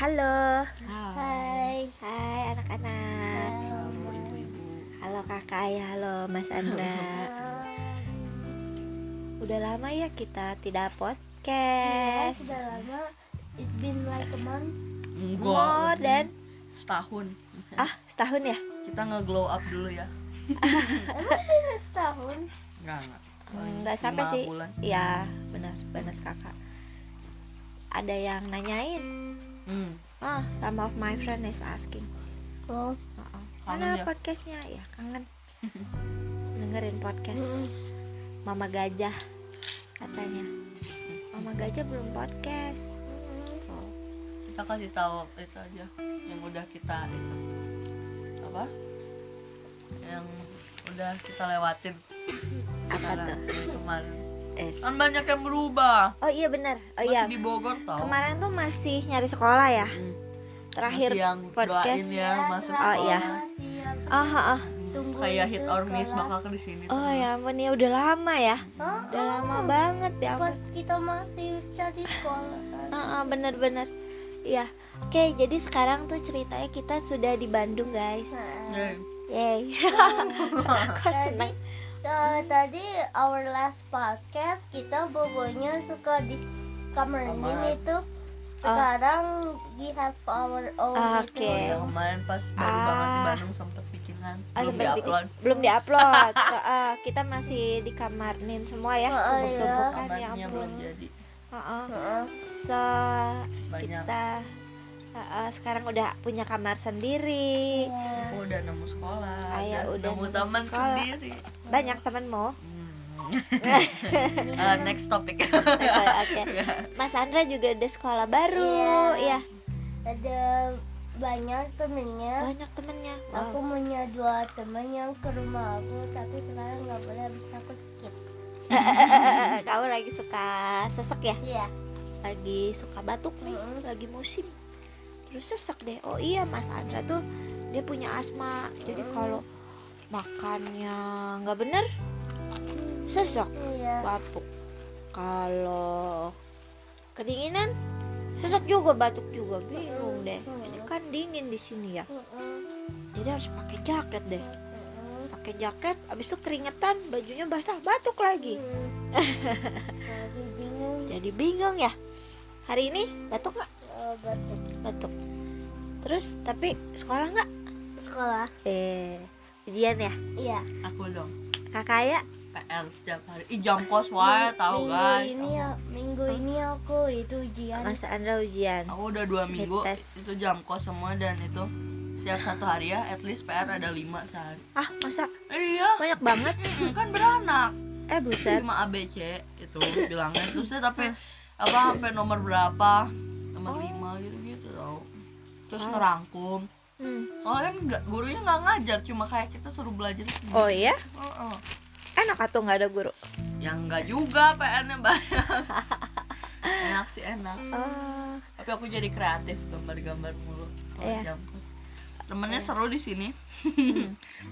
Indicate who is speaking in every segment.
Speaker 1: Halo.
Speaker 2: Ah.
Speaker 3: Hai.
Speaker 1: Hai anak-anak.
Speaker 2: Halo ibu-ibu.
Speaker 1: Halo Kakak, ya halo Mas Andra. Udah lama ya kita tidak
Speaker 3: Yes.
Speaker 1: podcast.
Speaker 2: Iya,
Speaker 3: Sudah lama. It's been like a month.
Speaker 2: Enggak.
Speaker 1: More dan
Speaker 2: setahun.
Speaker 1: ah setahun ya?
Speaker 2: Kita nge-glow up dulu ya.
Speaker 3: Udah setahun.
Speaker 2: Enggak, enggak.
Speaker 1: Nggak Hmm, sampai
Speaker 2: Oh, lima
Speaker 1: sih.
Speaker 2: Bulan.
Speaker 1: Iya, benar, benar Kakak. Ada yang nanyain.
Speaker 2: Hmm.
Speaker 1: Oh, some of my friend is asking. Oh,
Speaker 3: Oh,
Speaker 2: Kangen
Speaker 1: mana
Speaker 2: ya?
Speaker 1: podcastnya? Ya kangen. Dengerin podcast Mama Gajah katanya. Mama Gajah belum podcast. Oh, Tuh.
Speaker 2: Kita kasih tahu itu aja yang udah kita itu. Apa? Yang udah kita lewatin
Speaker 1: Apa
Speaker 2: sekarang
Speaker 1: tuh?
Speaker 2: dari kemarin.
Speaker 1: Es.
Speaker 2: Kan banyak yang berubah.
Speaker 1: Oh iya benar. Oh
Speaker 2: Masih
Speaker 1: iya.
Speaker 2: di Bogor tau.
Speaker 1: Kemarin tuh masih nyari sekolah ya.
Speaker 2: Hmm.
Speaker 1: Terakhir
Speaker 2: Masih yang
Speaker 1: podcast.
Speaker 2: doain ya masuk
Speaker 1: Oh,
Speaker 2: sekolah.
Speaker 1: iya.
Speaker 3: Siap.
Speaker 1: Oh, oh, oh.
Speaker 3: Tunggu
Speaker 2: Kayak
Speaker 3: itu
Speaker 2: hit or miss
Speaker 3: sekolah.
Speaker 2: bakal ke di sini.
Speaker 1: Oh, ya ampun ya udah lama ya.
Speaker 3: Oh,
Speaker 2: Ah.
Speaker 1: Udah lama banget ya.
Speaker 3: pas
Speaker 1: ampun.
Speaker 3: kita masih cari sekolah. kan.
Speaker 1: Oh, oh, bener-bener. Iya. Oke, jadi sekarang tuh ceritanya kita sudah di Bandung, guys.
Speaker 3: Nah,
Speaker 2: Yay.
Speaker 1: Yay.
Speaker 2: Oh.
Speaker 1: Kok
Speaker 3: Jadi,
Speaker 1: seneng?
Speaker 3: eh, tadi our last podcast kita bobonya suka di kamar
Speaker 2: Kamar.
Speaker 3: ini tuh.
Speaker 1: Oh.
Speaker 3: Sekarang we have our own.
Speaker 1: Ah, Oke.
Speaker 2: Oh, yang kemarin pas baru banget di
Speaker 1: Ah.
Speaker 2: Bandung sempet bikin kan.
Speaker 1: Oh,
Speaker 2: Belum
Speaker 1: sempet bikin.
Speaker 2: di-upload.
Speaker 1: Belum diupload. Tuh, eh, kita masih di kamar nin semua ya,
Speaker 3: Oh, iya.
Speaker 1: kumpul-kumpulkan ya
Speaker 2: Kamarnya
Speaker 1: ampun.
Speaker 2: belum jadi.
Speaker 1: Oh, oh.
Speaker 3: Gitu. Heeh.
Speaker 1: So,
Speaker 2: Banyak.
Speaker 1: kita uh, uh, sekarang udah punya kamar sendiri
Speaker 3: Iya.
Speaker 2: Aku udah nemu sekolah.
Speaker 1: Ayah
Speaker 2: dan
Speaker 1: Ah, ya, udah
Speaker 2: nemu
Speaker 1: nemu
Speaker 2: teman
Speaker 1: sekolah. Iya.
Speaker 2: sendiri.
Speaker 1: banyak temenmu
Speaker 2: Hmm. Eh,
Speaker 3: Iya.
Speaker 2: next topic.
Speaker 1: oke Mas Andra juga udah sekolah baru
Speaker 3: Iya.
Speaker 1: ya
Speaker 3: ada banyak temennya
Speaker 1: banyak temennya
Speaker 3: aku
Speaker 1: Wow.
Speaker 3: punya dua temen yang ke rumah aku tapi sekarang nggak boleh habis aku skip
Speaker 1: Eh, kamu lagi suka sesek ya
Speaker 3: iya
Speaker 1: lagi suka batuk nih
Speaker 3: Mm-mm.
Speaker 1: lagi musim terus sesek deh oh iya Mas Andra tuh dia punya asma jadi
Speaker 3: Mm.
Speaker 1: kalau makannya nggak bener sesek
Speaker 3: iya
Speaker 1: batuk kalau kedinginan sesek juga batuk juga bingung deh ini kan dingin di sini ya jadi harus pakai jaket deh pakai jaket abis itu keringetan bajunya basah batuk lagi
Speaker 3: lagi bingung
Speaker 1: jadi bingung ya hari ini batuk nggak
Speaker 3: eh, batuk
Speaker 1: batuk terus tapi sekolah nggak
Speaker 3: sekolah
Speaker 1: eh ujian ya
Speaker 3: iya
Speaker 2: Aku dong
Speaker 1: kakak ya
Speaker 2: PR setiap hari. Ih jam kos wae tahu
Speaker 3: minggu
Speaker 2: guys.
Speaker 3: ini ya minggu ini aku itu ujian
Speaker 1: Mas Andra ujian
Speaker 2: Aku udah dua minggu
Speaker 1: Mites.
Speaker 2: itu jam kos semua dan itu setiap satu hari ya at least PR ada lima sehari.
Speaker 1: ah masa
Speaker 2: Iya.
Speaker 1: banyak banget
Speaker 2: Mm-mm, kan beranak.
Speaker 1: eh buset
Speaker 2: Cuma ABC itu bilangnya terus dia tapi apa sampai nomor berapa?
Speaker 1: Oh. Ah.
Speaker 2: Nomor lima gitu-gitu tau. Terus
Speaker 1: Wow.
Speaker 2: ngerangkum.
Speaker 1: Hmm.
Speaker 2: soalnya kan nggak gurunya nggak ngajar cuma kayak kita suruh belajar sendiri
Speaker 1: oh iya
Speaker 2: Heeh.
Speaker 1: enak atau nggak ada guru
Speaker 2: yang nggak juga PR-nya banyak enak sih enak
Speaker 1: oh
Speaker 2: tapi aku jadi kreatif gambar-gambar mulu kalau
Speaker 1: Iya. Hmm.
Speaker 2: jam kos. temennya seru di sini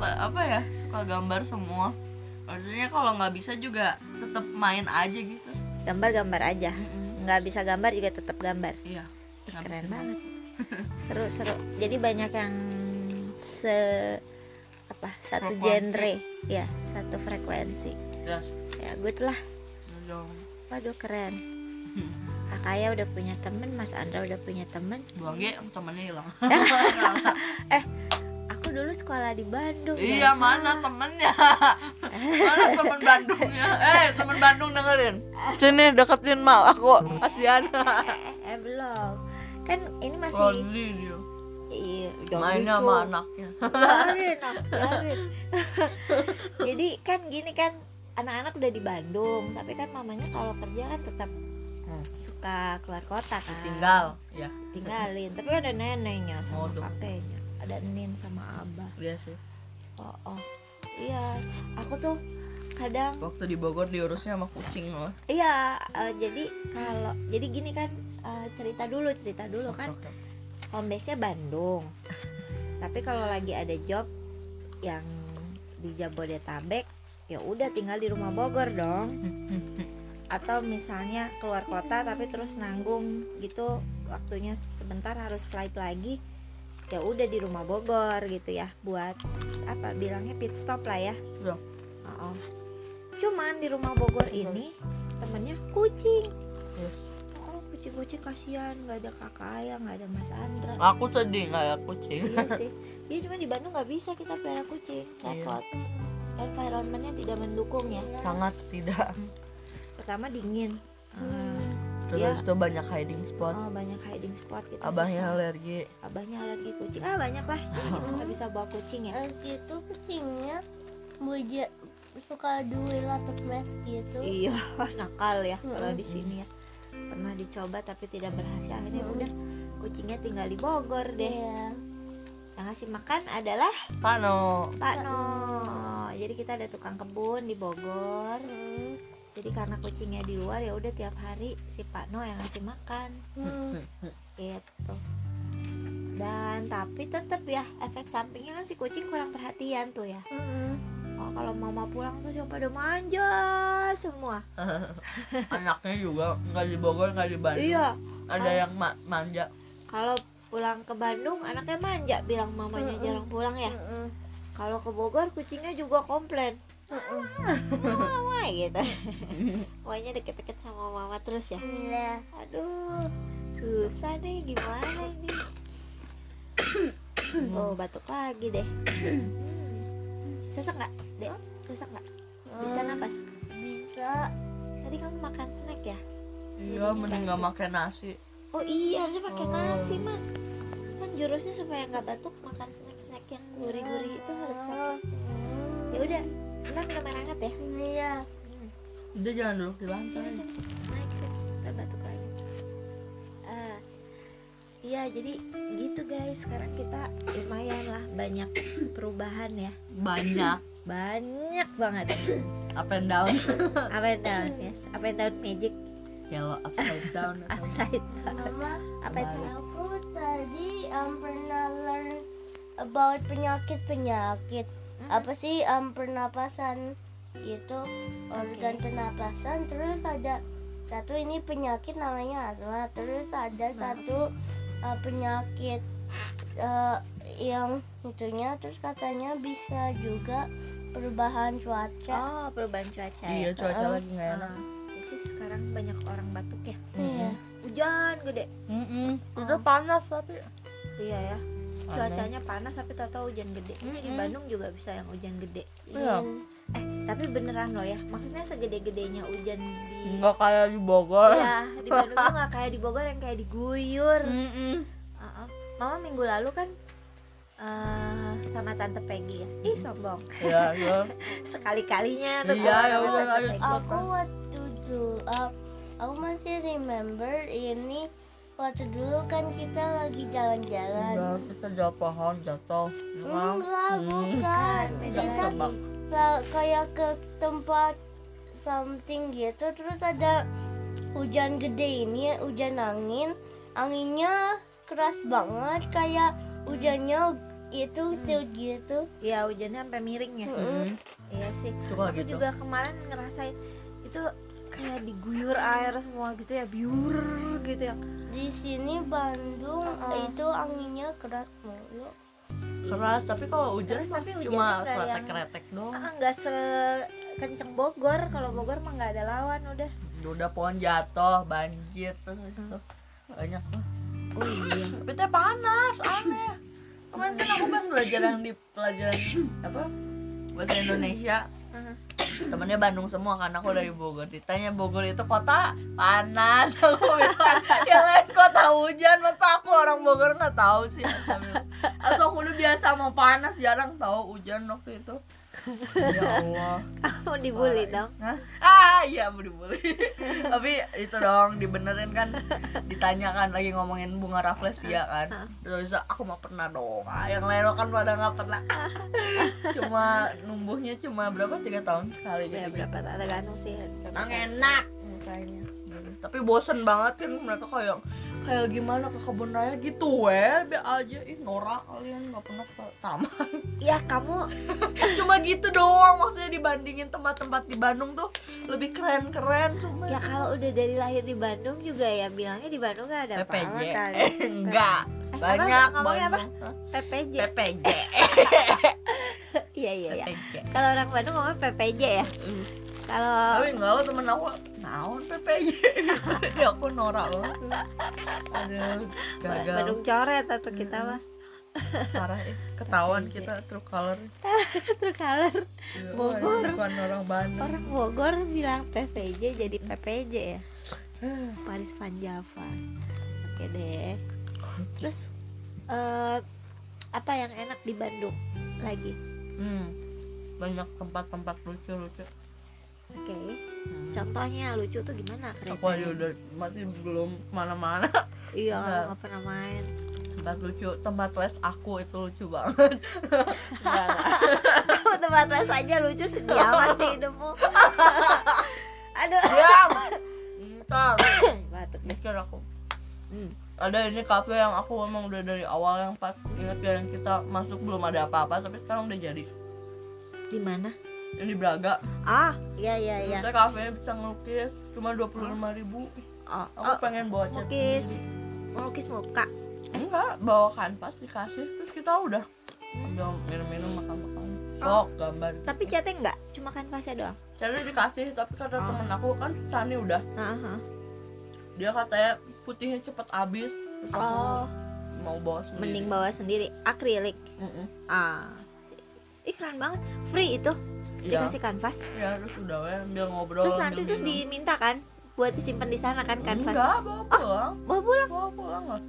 Speaker 2: Ba- apa ya suka gambar semua maksudnya kalau nggak bisa juga tetap main aja gitu
Speaker 1: gambar-gambar aja
Speaker 2: Mm-mm.
Speaker 1: nggak bisa gambar juga tetap gambar
Speaker 2: iya
Speaker 1: Ih,
Speaker 2: Nggak
Speaker 1: keren
Speaker 2: bisa.
Speaker 1: banget seru seru jadi banyak yang se apa satu
Speaker 2: Frekuensi.
Speaker 1: genre ya satu frekuensi
Speaker 2: Ya,
Speaker 1: ya good lah
Speaker 2: ya dong.
Speaker 1: waduh keren Akaya udah punya temen Mas Andra udah punya temen
Speaker 2: Buang G, temennya hilang
Speaker 1: Ah, aku dulu sekolah di Bandung
Speaker 2: Iya
Speaker 1: jangan
Speaker 2: mana
Speaker 1: salah.
Speaker 2: temennya Mana temen Bandungnya Eh temen Bandung dengerin Sini deketin mau aku Kasian
Speaker 1: eh, eh, belum kan ini masih
Speaker 2: Lonely dia
Speaker 1: iya
Speaker 2: Mainnya
Speaker 1: gitu.
Speaker 2: sama anaknya
Speaker 1: Biarin, ah, biarin. Jadi kan gini kan anak-anak udah di Bandung, tapi kan mamanya kalau kerja kan tetap
Speaker 2: Hmm.
Speaker 1: suka keluar kota kan.
Speaker 2: Tinggal Ya
Speaker 1: Tinggalin. Tapi kan ada neneknya
Speaker 2: Oh,
Speaker 1: sama
Speaker 2: tuh.
Speaker 1: kakeknya, ada Nin sama Abah.
Speaker 2: dia sih
Speaker 1: Oh, oh. Iya, aku tuh kadang
Speaker 2: Waktu di Bogor diurusnya sama kucing loh
Speaker 1: iya eh, jadi kalau jadi gini kan eh, cerita dulu cerita dulu kan
Speaker 2: Sok-sok.
Speaker 1: home base-nya Bandung. Tapi kalau lagi ada job yang di Jabodetabek, ya udah tinggal di rumah Bogor dong. Atau misalnya keluar kota tapi terus nanggung gitu waktunya se- bentar harus flight lagi ya udah di rumah Bogor gitu ya buat apa bilangnya pit stop lah ya
Speaker 2: Iya.
Speaker 1: Oh, oh. cuman di rumah Bogor ini temennya kucing
Speaker 2: Iya.
Speaker 1: oh kucing-kucing kasihan nggak ada kakak ayah nggak ada Mas Andra
Speaker 2: aku sedih nggak ada kucing
Speaker 1: iya sih iya cuma di Bandung nggak bisa kita pelihara kucing repot environmentnya tidak mendukung
Speaker 3: Iya.
Speaker 1: ya
Speaker 2: sangat tidak
Speaker 1: pertama dingin Hmm. Iya.
Speaker 2: terus tuh banyak hiding
Speaker 1: Ah,
Speaker 2: spot
Speaker 1: oh, banyak hiding spot gitu
Speaker 2: abahnya
Speaker 1: susah.
Speaker 2: alergi
Speaker 1: abahnya alergi kucing ah banyak lah Jadi kita nggak bisa bawa kucing ya
Speaker 3: Abis itu kucingnya muja suka duel atau flash gitu.
Speaker 1: iya nakal ya kalau di
Speaker 2: Mm-mm.
Speaker 1: sini ya pernah dicoba tapi tidak berhasil akhirnya udah kucingnya tinggal di Bogor deh
Speaker 3: Iya.
Speaker 1: yang ngasih makan adalah
Speaker 2: Kan, Pano
Speaker 1: Pak No jadi kita ada tukang kebun di Bogor
Speaker 3: Hmm.
Speaker 1: jadi karena kucingnya di luar ya udah tiap hari si Pak No yang ngasih makan
Speaker 3: Hmm.
Speaker 1: gitu dan tapi tetap ya efek sampingnya kan si kucing kurang perhatian tuh ya
Speaker 3: Hmm.
Speaker 1: oh, kalau mama pulang tuh yang pada manja semua
Speaker 2: anaknya juga nggak di Bogor nggak di Bandung
Speaker 1: iya
Speaker 2: ada yang ma- manja
Speaker 1: kalau pulang ke Bandung anaknya manja bilang mamanya
Speaker 3: Mm-mm.
Speaker 1: jarang pulang ya
Speaker 3: Hmm.
Speaker 1: kalau ke Bogor kucingnya juga komplain
Speaker 3: Hmm.
Speaker 1: mama gitu pokoknya deket-deket sama mama terus ya
Speaker 3: Iya.
Speaker 1: aduh susah deh gimana ini oh batuk lagi deh Hmm. sesak nggak dek sesak nggak bisa
Speaker 3: Hmm.
Speaker 1: napas
Speaker 3: Bisa.
Speaker 1: tadi kamu makan snack ya
Speaker 2: iya mending nggak pakai nasi
Speaker 1: oh iya harusnya pakai
Speaker 2: Oh.
Speaker 1: nasi mas kan jurusnya supaya nggak batuk makan snack snack yang gurih gurih itu harus
Speaker 3: Oh.
Speaker 1: pakai ya udah ntar udah main hangat ya
Speaker 3: Iya.
Speaker 2: udah jangan duduk di lantai
Speaker 1: sini sini naik sini ntar batuk lagi Ah, iya jadi gitu guys sekarang kita lumayan lah banyak perubahan ya
Speaker 2: banyak
Speaker 1: banyak banget
Speaker 2: up and down
Speaker 1: up and down yes up and down magic
Speaker 2: yellow Ya, upside down
Speaker 1: upside down
Speaker 3: Mama,
Speaker 1: apa itu
Speaker 3: aku tadi um, pernah learn about penyakit-penyakit.
Speaker 1: Hmm?
Speaker 3: Apa sih um, pernapasan itu organ
Speaker 1: Oke.
Speaker 3: pernapasan terus ada satu ini penyakit namanya asma terus ada satu uh, penyakit uh, yang itunya terus katanya bisa juga perubahan cuaca.
Speaker 1: oh perubahan cuaca
Speaker 2: iya
Speaker 1: ya
Speaker 2: cuaca lagi nggak enak
Speaker 1: Ah, ya sih sekarang banyak orang batuk ya
Speaker 3: Iya.
Speaker 1: hujan gede
Speaker 2: Mm-mm. Udah panas tapi
Speaker 1: iya ya
Speaker 2: Panas.
Speaker 1: cuacanya panas tapi tahu-tahu hujan gede ini di
Speaker 2: Mm-mm.
Speaker 1: Bandung juga bisa yang hujan gede
Speaker 2: Iya.
Speaker 1: eh tapi beneran loh ya maksudnya segede-gedenya hujan di
Speaker 2: nggak kayak di Bogor
Speaker 1: ya di Bandung tuh nggak kayak di Bogor yang kayak diguyur
Speaker 2: Mm. Mm-mm.
Speaker 1: Uh-uh. mama minggu lalu kan eh, sama tante Peggy ya ih sombong
Speaker 2: Iya, iya.
Speaker 1: sekali kalinya tuh
Speaker 2: Iya,
Speaker 1: gua
Speaker 2: ya
Speaker 1: sama
Speaker 2: udah,
Speaker 1: Tante
Speaker 2: lanjut.
Speaker 1: Peggy.
Speaker 3: aku waktu dulu uh, aku masih remember ini waktu dulu kan kita lagi jalan-jalan
Speaker 2: Udah, kita jauh pohon jatuh Emang?
Speaker 3: enggak
Speaker 2: Hmm.
Speaker 3: bukan
Speaker 1: beda
Speaker 3: kita
Speaker 1: lagi.
Speaker 2: Tebak.
Speaker 3: la- kayak ke tempat something gitu terus ada hujan gede ini hujan angin anginnya keras banget kayak hujannya itu gitu
Speaker 1: Iya, hujannya sampai miring ya
Speaker 3: Mm-mm.
Speaker 2: Mm.
Speaker 1: iya sih
Speaker 2: Suka
Speaker 1: aku
Speaker 2: gitu.
Speaker 1: juga kemarin ngerasain itu kayak diguyur air semua gitu ya biur gitu ya
Speaker 3: di sini Bandung
Speaker 1: Uh-uh.
Speaker 3: itu anginnya keras mulu
Speaker 2: Keras, tapi kalau hujan
Speaker 1: Keras,
Speaker 2: mah
Speaker 1: tapi hujannya
Speaker 2: cuma
Speaker 1: nggak yang-
Speaker 2: kretek-kretek doang
Speaker 1: Ah, nggak sekenceng Bogor kalau Bogor mah nggak ada lawan udah
Speaker 2: Udah pohon jatuh, banjir terus habis itu banyak lah.
Speaker 1: oh iya
Speaker 2: Tapi teh panas, aneh. Kemarin kan aku pas pelajaran di pelajaran apa bahasa Indonesia temennya Bandung semua karena aku dari Bogor ditanya Bogor itu kota panas aku bilang yang lain kota hujan masa aku orang Bogor nggak tahu sih atau aku udah biasa mau panas jarang tahu hujan waktu itu ya Allah
Speaker 1: mau dibully
Speaker 2: Parah.
Speaker 1: dong
Speaker 2: Hah? Ah, iya mau dibully. Tapi itu dong dibenerin kan ditanyakan lagi ngomongin bunga rafflesia kan. Terus aku mah pernah dong. Ah, Yang lain kan pada nggak pernah. Cuma numbuhnya cuma berapa tiga tahun sekali
Speaker 1: ya,
Speaker 2: gitu.
Speaker 1: berapa tergantung sih berapa
Speaker 2: Nang
Speaker 1: tahun.
Speaker 2: enak. Tapi bosen banget kan mereka kayak kayak gimana ke kebun raya gitu weh be aja ih norak kalian nggak pernah ke taman
Speaker 1: ya kamu
Speaker 2: cuma gitu doang maksudnya dibandingin tempat-tempat di Bandung tuh lebih keren-keren cuma
Speaker 1: ya kalau udah dari lahir di Bandung juga ya bilangnya di Bandung gak ada
Speaker 2: PPJ
Speaker 1: apa-apa kali
Speaker 2: Eh, enggak banyak
Speaker 1: apa? Ngomongnya apa?
Speaker 2: Bandung. Hah?
Speaker 1: PPJ
Speaker 2: PPJ
Speaker 1: iya iya iya
Speaker 2: PPJ
Speaker 1: kalau orang Bandung ngomong PPJ ya
Speaker 2: Mm.
Speaker 1: kalau
Speaker 2: tapi enggak lo temen aku naon PPJ Jadi aku norak banget aduh gagal
Speaker 1: Bandung coret atau kita
Speaker 2: Mm.
Speaker 1: mah
Speaker 2: parah eh, ketahuan kita true color
Speaker 1: true color
Speaker 2: Iya,
Speaker 1: Bogor.
Speaker 2: wah, ini bukan orang Bandung
Speaker 1: orang Bogor bilang PPJ jadi PPJ ya Paris Van Java oke deh terus eh, apa yang enak di Bandung lagi
Speaker 2: hmm. banyak tempat-tempat lucu-lucu
Speaker 1: oke Hmm. contohnya lucu tuh gimana
Speaker 2: aku aja Nah.
Speaker 1: kereta
Speaker 2: udah masih belum kemana-mana
Speaker 1: iya
Speaker 2: Enggak.
Speaker 1: nggak pernah main
Speaker 2: tempat lucu tempat les aku itu lucu banget Enggak, enggak.
Speaker 1: kamu tempat les aja lucu sedih amat sih hidupmu aduh
Speaker 2: diam
Speaker 1: Hmm.
Speaker 2: entar
Speaker 1: batuk deh
Speaker 2: mikir aku
Speaker 1: Hmm.
Speaker 2: ada ini kafe yang aku emang udah dari awal yang pas ingat ya, yang kita masuk belum ada apa-apa tapi sekarang udah jadi
Speaker 1: di mana
Speaker 2: yang di Braga
Speaker 1: ah iya iya iya
Speaker 2: kita kafe bisa ngelukis cuma dua puluh lima ribu
Speaker 1: oh,
Speaker 2: aku
Speaker 1: oh,
Speaker 2: pengen bawa cat
Speaker 1: melukis melukis muka
Speaker 2: enggak bawa kanvas dikasih terus kita udah udah minum-minum makan-makan
Speaker 1: Oh.
Speaker 2: sok gambar
Speaker 1: tapi catnya enggak cuma kanvasnya doang
Speaker 2: jadi dikasih tapi kata
Speaker 1: Oh.
Speaker 2: temen aku kan Tani udah
Speaker 1: nah, ah, ah.
Speaker 2: dia katanya putihnya cepet habis Terus aku
Speaker 1: oh
Speaker 2: mau bawa sendiri
Speaker 1: mending bawa sendiri akrilik
Speaker 2: Mm-mm.
Speaker 1: ah ih keren banget free itu
Speaker 2: Iya,
Speaker 1: dikasih kanvas
Speaker 2: ya terus udah weh, ambil ngobrol
Speaker 1: terus
Speaker 2: ambil
Speaker 1: nanti terus
Speaker 2: minum.
Speaker 1: diminta kan buat disimpan di sana kan kanvas
Speaker 2: enggak bawa pulang
Speaker 1: bawa pulang
Speaker 2: bawa pulang lah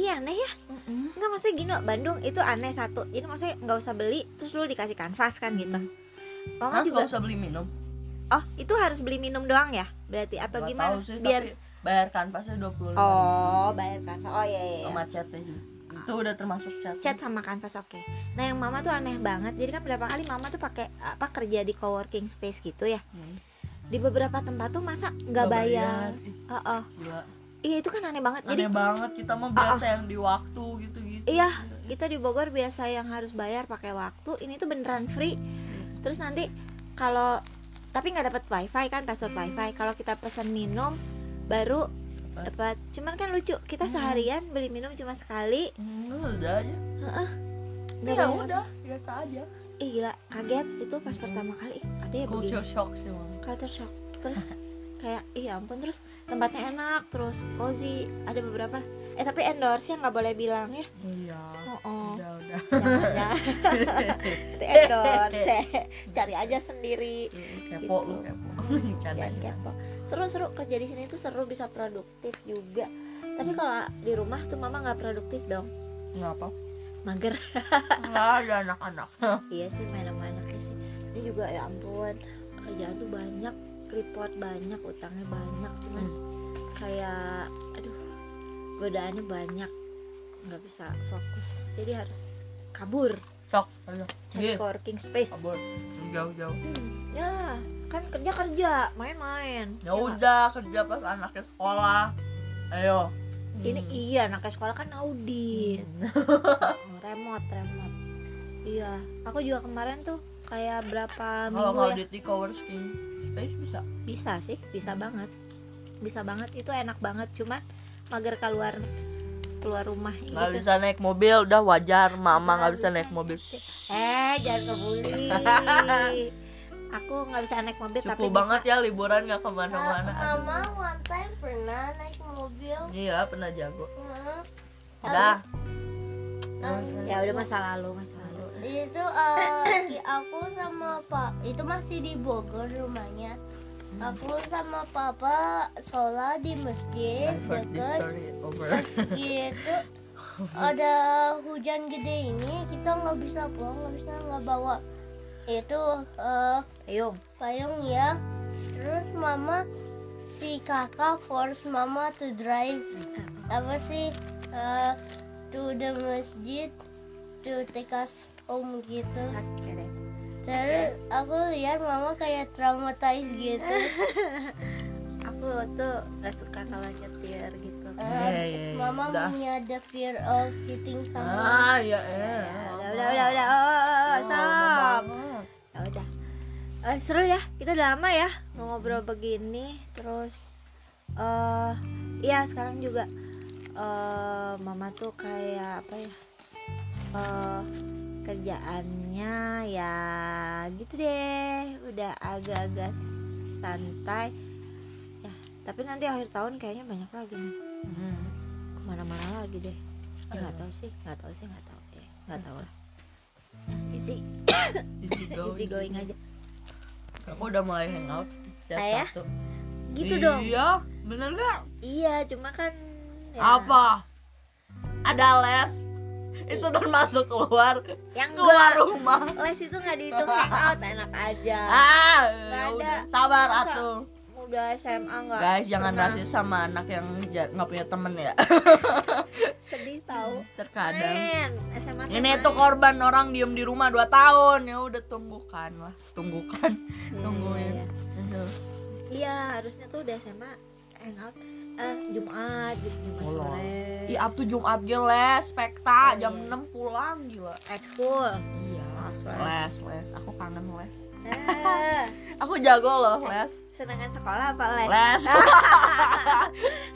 Speaker 1: iya aneh ya enggak maksudnya gini loh, Bandung itu aneh satu jadi maksudnya nggak usah beli terus lu dikasih kanvas kan gitu kalau
Speaker 2: Hmm. Hah,
Speaker 1: nggak juga
Speaker 2: nggak usah beli minum
Speaker 1: oh itu harus beli minum doang ya berarti atau
Speaker 2: Nggak
Speaker 1: gimana
Speaker 2: tahu sih,
Speaker 1: biar
Speaker 2: tapi bayar kanvasnya dua puluh
Speaker 1: oh bayar kanvas oh iya iya, iya.
Speaker 2: sama catnya juga itu udah termasuk cat
Speaker 1: chat sama kanvas oke nah yang mama tuh aneh banget jadi kan berapa kali mama tuh pakai apa kerja di coworking space gitu ya
Speaker 2: Hmm.
Speaker 1: di beberapa tempat tuh masa nggak bayar,
Speaker 2: Ih,
Speaker 1: Oh, oh.
Speaker 2: gila
Speaker 1: iya itu kan aneh banget jadi Ah,
Speaker 2: aneh banget kita mah biasa yang di waktu gitu-gitu
Speaker 1: iya kita di Bogor biasa yang harus bayar pakai waktu ini tuh beneran free terus nanti kalau tapi nggak dapat wifi kan password wifi kalau kita pesan minum baru
Speaker 2: Dapat.
Speaker 1: dapat cuman kan lucu kita seharian beli minum cuma sekali
Speaker 2: Hmm, udah aja
Speaker 1: nggak
Speaker 2: ya
Speaker 1: bayar
Speaker 2: udah biasa aja
Speaker 1: Ih, gila kaget itu pas pertama kali ih, ada ya begini
Speaker 2: culture shock sih Mam.
Speaker 1: culture shock terus kayak iya ampun terus tempatnya enak terus cozy ada beberapa eh tapi endorse ya nggak boleh bilang ya
Speaker 2: iya
Speaker 1: oh, oh.
Speaker 2: udah udah
Speaker 1: jangan jangan. Nanti endorse cari aja sendiri
Speaker 2: kepo
Speaker 1: Gitu.
Speaker 2: lu kepo
Speaker 1: jangan
Speaker 2: Bercanda. gitu.
Speaker 1: kepo seru-seru kerja di sini tuh seru bisa produktif juga tapi kalau di rumah tuh mama nggak produktif dong
Speaker 2: nggak apa
Speaker 1: mager
Speaker 2: nggak ada anak-anak
Speaker 1: iya sih main sama anaknya sih ini juga ya ampun kerjaan tuh banyak report banyak utangnya banyak cuman
Speaker 2: Hmm.
Speaker 1: kayak aduh godaannya banyak nggak bisa fokus jadi harus kabur
Speaker 2: shock aja
Speaker 1: cari
Speaker 2: Gih,
Speaker 1: coworking space
Speaker 2: Iya. kabur jauh-jauh
Speaker 1: Hmm, ya kan kerja kerja main-main
Speaker 2: ya
Speaker 1: nggak?
Speaker 2: udah kerja pas anaknya sekolah ayo
Speaker 1: ini
Speaker 2: Hmm.
Speaker 1: iya anaknya sekolah kan audit
Speaker 2: Hmm.
Speaker 1: Oh, remote remote iya aku juga kemarin tuh kayak berapa minggu
Speaker 2: kalau mau
Speaker 1: ya
Speaker 2: di coworking space bisa
Speaker 1: Gitu. bisa sih bisa banget bisa banget itu enak banget cuman mager keluar keluar rumah
Speaker 2: nggak
Speaker 1: gitu
Speaker 2: bisa naik mobil udah wajar
Speaker 1: Nggak
Speaker 2: mama nggak bisa
Speaker 1: bisa.
Speaker 2: naik mobil
Speaker 1: eh jangan kebuli aku nggak bisa naik mobil tapi
Speaker 2: cukup
Speaker 1: bisa.
Speaker 2: banget ya liburan nggak kemana-mana Aduh.
Speaker 3: Mama one time pernah naik mobil.
Speaker 2: iya pernah jago
Speaker 3: Hmm.
Speaker 2: udah
Speaker 1: ya udah masa lalu masa lalu
Speaker 3: Iya. itu eh, ki- aku sama pak itu masih di Bogor rumahnya aku sama papa sholat di masjid
Speaker 2: Divert this
Speaker 3: deket
Speaker 2: story over
Speaker 3: gitu ada hujan gede ini kita nggak bisa pulang nggak bisa nggak bawa itu eh,
Speaker 1: Ayung
Speaker 3: payung ya terus mama si kakak force mama to drive apa sih eh, to the masjid to take us home gitu
Speaker 1: oke deh
Speaker 3: terus aku lihat mama kayak traumatized gitu
Speaker 1: aku aku tuh gak suka kalau nyetir gitu
Speaker 3: Eh,
Speaker 2: Iya, iya, iya.
Speaker 3: Mama
Speaker 2: Dah.
Speaker 3: punya the fear of hitting someone.
Speaker 2: ah ya eh
Speaker 1: udah Iya, udah udah udah oh, oh, oh, oh, stop ya udah Eh, seru ya kita udah lama ya ngobrol begini terus eh iya sekarang juga eh mama tuh kayak apa ya eh kerjaannya ya gitu deh udah agak-agak santai ya tapi nanti akhir tahun kayaknya banyak lagi nih kemana-mana lagi deh ya, nggak tahu sih nggak tahu sih nggak tahu ya
Speaker 2: Eh.
Speaker 1: nggak tahu lah Ya, easy
Speaker 2: Oh,
Speaker 1: easy
Speaker 2: iya.
Speaker 1: going aja
Speaker 2: Aku udah mulai hangout setiap
Speaker 1: Ayah?
Speaker 2: Sabtu.
Speaker 1: gitu
Speaker 2: iya,
Speaker 1: dong
Speaker 2: Iya, bener gak?
Speaker 1: iya cuma kan ya,
Speaker 2: Apa? Ada les. Itu dan masuk keluar,
Speaker 1: yang
Speaker 2: keluar
Speaker 1: gua
Speaker 2: rumah.
Speaker 1: les itu nggak dihitung hangout enak aja
Speaker 2: Ah,
Speaker 1: Nggak ada.
Speaker 2: udah sabar
Speaker 1: Masa?
Speaker 2: atuh.
Speaker 1: udah SMA nggak
Speaker 2: Guys, jangan
Speaker 1: pernah.
Speaker 2: rasis sama anak yang ja- nggak punya temen ya.
Speaker 1: sedih tahu
Speaker 2: Terkadang
Speaker 1: men SMA
Speaker 2: ini tuh korban orang diem di rumah 2 tahun ya udah tunggukan lah tunggukan
Speaker 1: Hmm.
Speaker 2: tungguin Aduh.
Speaker 1: iya harusnya tuh udah SMA hangout eh Jumat gitu Jumat
Speaker 2: Tolong.
Speaker 1: sore
Speaker 2: Ih, Sabtu Jumat ge les spekta
Speaker 1: Oh,
Speaker 2: jam
Speaker 1: iya.
Speaker 2: 6 pulang gila.
Speaker 1: ekskul
Speaker 2: Iya.
Speaker 1: Les.
Speaker 2: Les, les. Aku kangen les.
Speaker 1: Eh,
Speaker 2: Aku jago loh les.
Speaker 1: senangan sekolah apa les
Speaker 2: Les.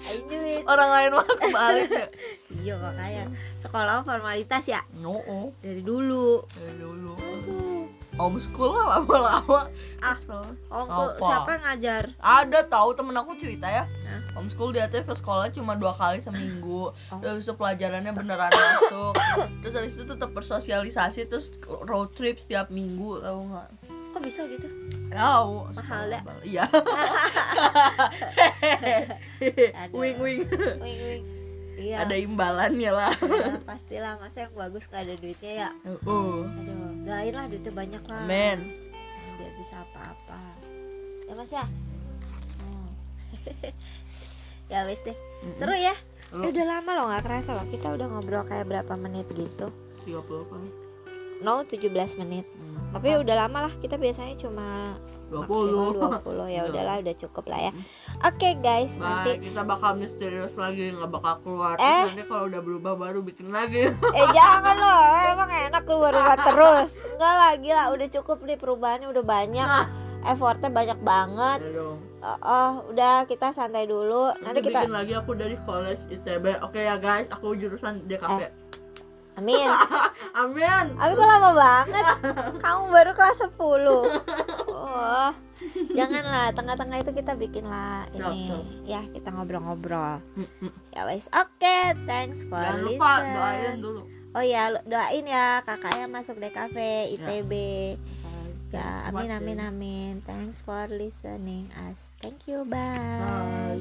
Speaker 1: I knew it
Speaker 2: Orang lain mah aku balik ya.
Speaker 1: iya makanya sekolah formalitas ya
Speaker 2: No, oh. Eh,
Speaker 1: dari dulu
Speaker 2: dari dulu. Homeschool lah lama-lama.
Speaker 1: Ah.
Speaker 2: Kesel.
Speaker 1: Ongko
Speaker 2: Apa?
Speaker 1: siapa yang ngajar?
Speaker 2: Ada tahu temen aku cerita ya.
Speaker 1: Hah?
Speaker 2: Homeschool dia tuh ke sekolah cuma dua kali seminggu. Terus itu pelajarannya beneran masuk. Terus habis itu tetap bersosialisasi terus road trip setiap minggu tahu nggak?
Speaker 1: Kok bisa gitu?
Speaker 2: Tahu.
Speaker 1: Mahal ya?
Speaker 2: sekolah. Iya.
Speaker 1: Ada.
Speaker 2: wing wing.
Speaker 1: Wing, wing. Iya.
Speaker 2: Ada imbalannya lah.
Speaker 1: ya, pastilah masa yang bagus gak ada duitnya ya.
Speaker 2: Uh.
Speaker 1: Aduh, doain lah duitnya banyak lah.
Speaker 2: Amin.
Speaker 1: Biar bisa apa-apa. Ya Mas ya. Hmm. ya wes deh. Seru ya?
Speaker 2: Seru.
Speaker 1: Eh, udah lama loh nggak kerasa loh. Kita udah ngobrol kayak berapa menit gitu.
Speaker 2: 30
Speaker 1: No, 17 menit.
Speaker 2: Hmm.
Speaker 1: Tapi udah lama lah. Kita biasanya cuma
Speaker 2: 20.
Speaker 1: maksimal 20. Ya
Speaker 2: Udah.
Speaker 1: udahlah, udah cukup lah ya. Oke, guys. Nanti
Speaker 2: Bye, kita bakal misterius lagi, nggak bakal keluar.
Speaker 1: Eh.
Speaker 2: Terus nanti kalau udah berubah baru bikin lagi.
Speaker 1: Eh jangan loh, emang enak keluar rumah terus Enggak lah, gila udah cukup nih perubahannya udah banyak
Speaker 2: Nah.
Speaker 1: Effortnya banyak banget
Speaker 2: Ya dong.
Speaker 1: Oh, oh, udah kita santai dulu Nanti kita,
Speaker 2: bikin lagi aku dari college ITB. Oke ya guys, aku jurusan DKP.
Speaker 1: amin
Speaker 2: Amin.
Speaker 1: Tapi kok lama banget Kamu baru kelas 10 Oh, janganlah tengah-tengah itu kita bikin lah ini
Speaker 2: Siap,
Speaker 1: Ya, kita ngobrol-ngobrol
Speaker 2: Mm-mm.
Speaker 1: Ya wes, oke, thanks for
Speaker 2: Hmm, Jangan lupa doain
Speaker 1: listen
Speaker 2: dulu.
Speaker 1: Oh ya, lu- doain ya kakaknya masuk DKV, ITB Ya, amin amin amin. Thanks for listening us. Thank you. Bye.
Speaker 2: Bye.